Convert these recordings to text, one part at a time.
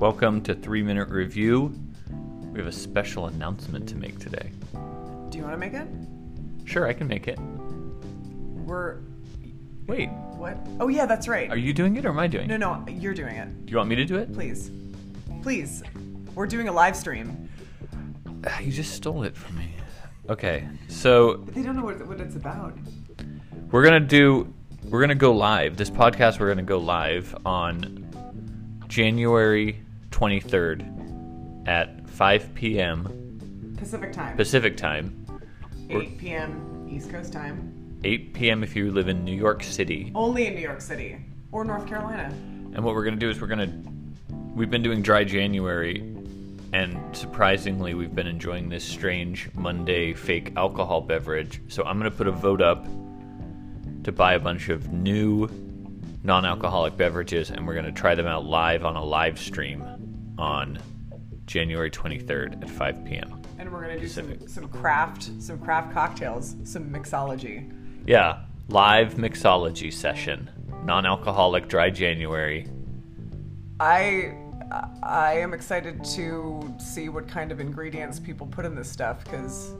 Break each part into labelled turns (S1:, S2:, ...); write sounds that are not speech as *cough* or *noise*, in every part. S1: Welcome to Three Minute Review. We have a special announcement to make today.
S2: Do you want to make it?
S1: Sure, I can make it.
S2: We're
S1: Wait,
S2: what? Oh yeah, that's right.
S1: are you doing it or am I doing
S2: No,
S1: it?
S2: no, you're doing it.
S1: Do you want me to do it?
S2: Please, please. We're doing a live stream.
S1: Ah, You just stole it from me. Okay, so
S2: But they don't know what, what it's about.
S1: we're gonna do, we're gonna go live. This podcast, we're gonna go live on January 23rd at 5 p.m.
S2: Pacific time,
S1: Pacific time,
S2: 8 p.m. East Coast time.
S1: 8 p.m. if you live in New York City.
S2: Only in New York City or North Carolina.
S1: And what we're gonna do is we're gonna we've been doing dry January, and surprisingly, we've been enjoying this strange Monday fake alcohol beverage. So I'm gonna put a vote up to buy a bunch of new non-alcoholic beverages, and we're gonna try them out live on a live stream on January 23rd at 5 p.m.
S2: And we're gonna do some
S1: Pacific.
S2: some craft, some craft cocktails, some mixology.
S1: Yeah, live mixology session, non-alcoholic dry January.
S2: I I am excited to see what kind of ingredients people put in this stuff because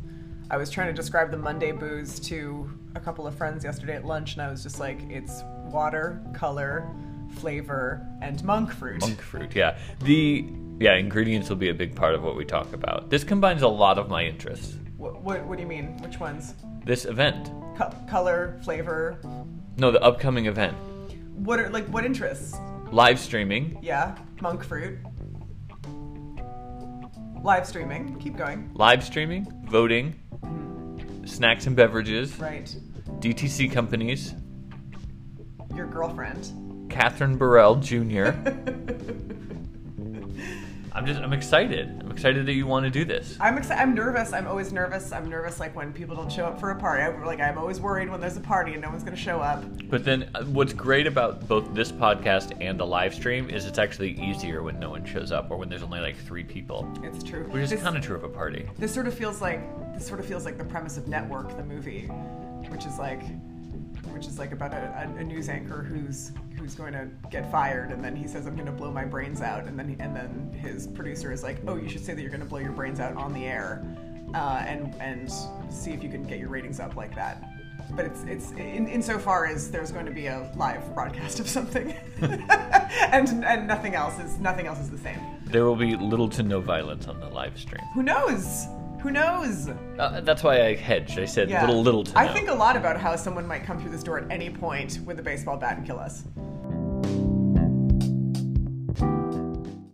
S2: I was trying to describe the Monday booze to a couple of friends yesterday at lunch, and I was just like, it's water, color, flavor, and monk fruit.
S1: monk fruit. Yeah, the yeah ingredients will be a big part of what we talk about. This combines a lot of my interests.
S2: What, what, what do you mean? Which ones?
S1: This event,
S2: Co- color, flavor.
S1: no, the upcoming event,
S2: What are like what interests?
S1: live streaming,
S2: Yeah, monk fruit. Live streaming. Keep going.
S1: live streaming, voting, snacks and beverages,
S2: Right.
S1: DTC companies,
S2: Your girlfriend.
S1: Catherine Burrell Jr. I'm just I'm excited. I'm excited that you want to do this.
S2: I'm excited. I'm nervous. I'm always nervous. I'm nervous like when people don't show up for a party. I'm like I'm always worried when there's a party and no one's gonna show up.
S1: But then uh, what's great about both this podcast and the live stream is it's actually easier when no one shows up or when there's only like 3 people.
S2: It's true.
S1: Which is
S2: this,
S1: kind of true of a party.
S2: this sort of feels like this sort of feels like the premise of Network, the movie, which is like which is like about a, a, a news anchor who's who's going to get fired and then he says I'm going to blow my brains out and then and then his producer is like oh you should say that you're going to blow your brains out on the air uh, and and see if you can get your ratings up like that. But it's it's in insofar as there's going to be a live broadcast of something, *laughs* and and nothing else is nothing else is the same.
S1: There will be little to no violence on the live stream.
S2: Who knows? Who knows?
S1: Uh, that's why I hedged. I said little, little to no.
S2: I think a lot about how someone might come through this door at any point with a baseball bat and kill us.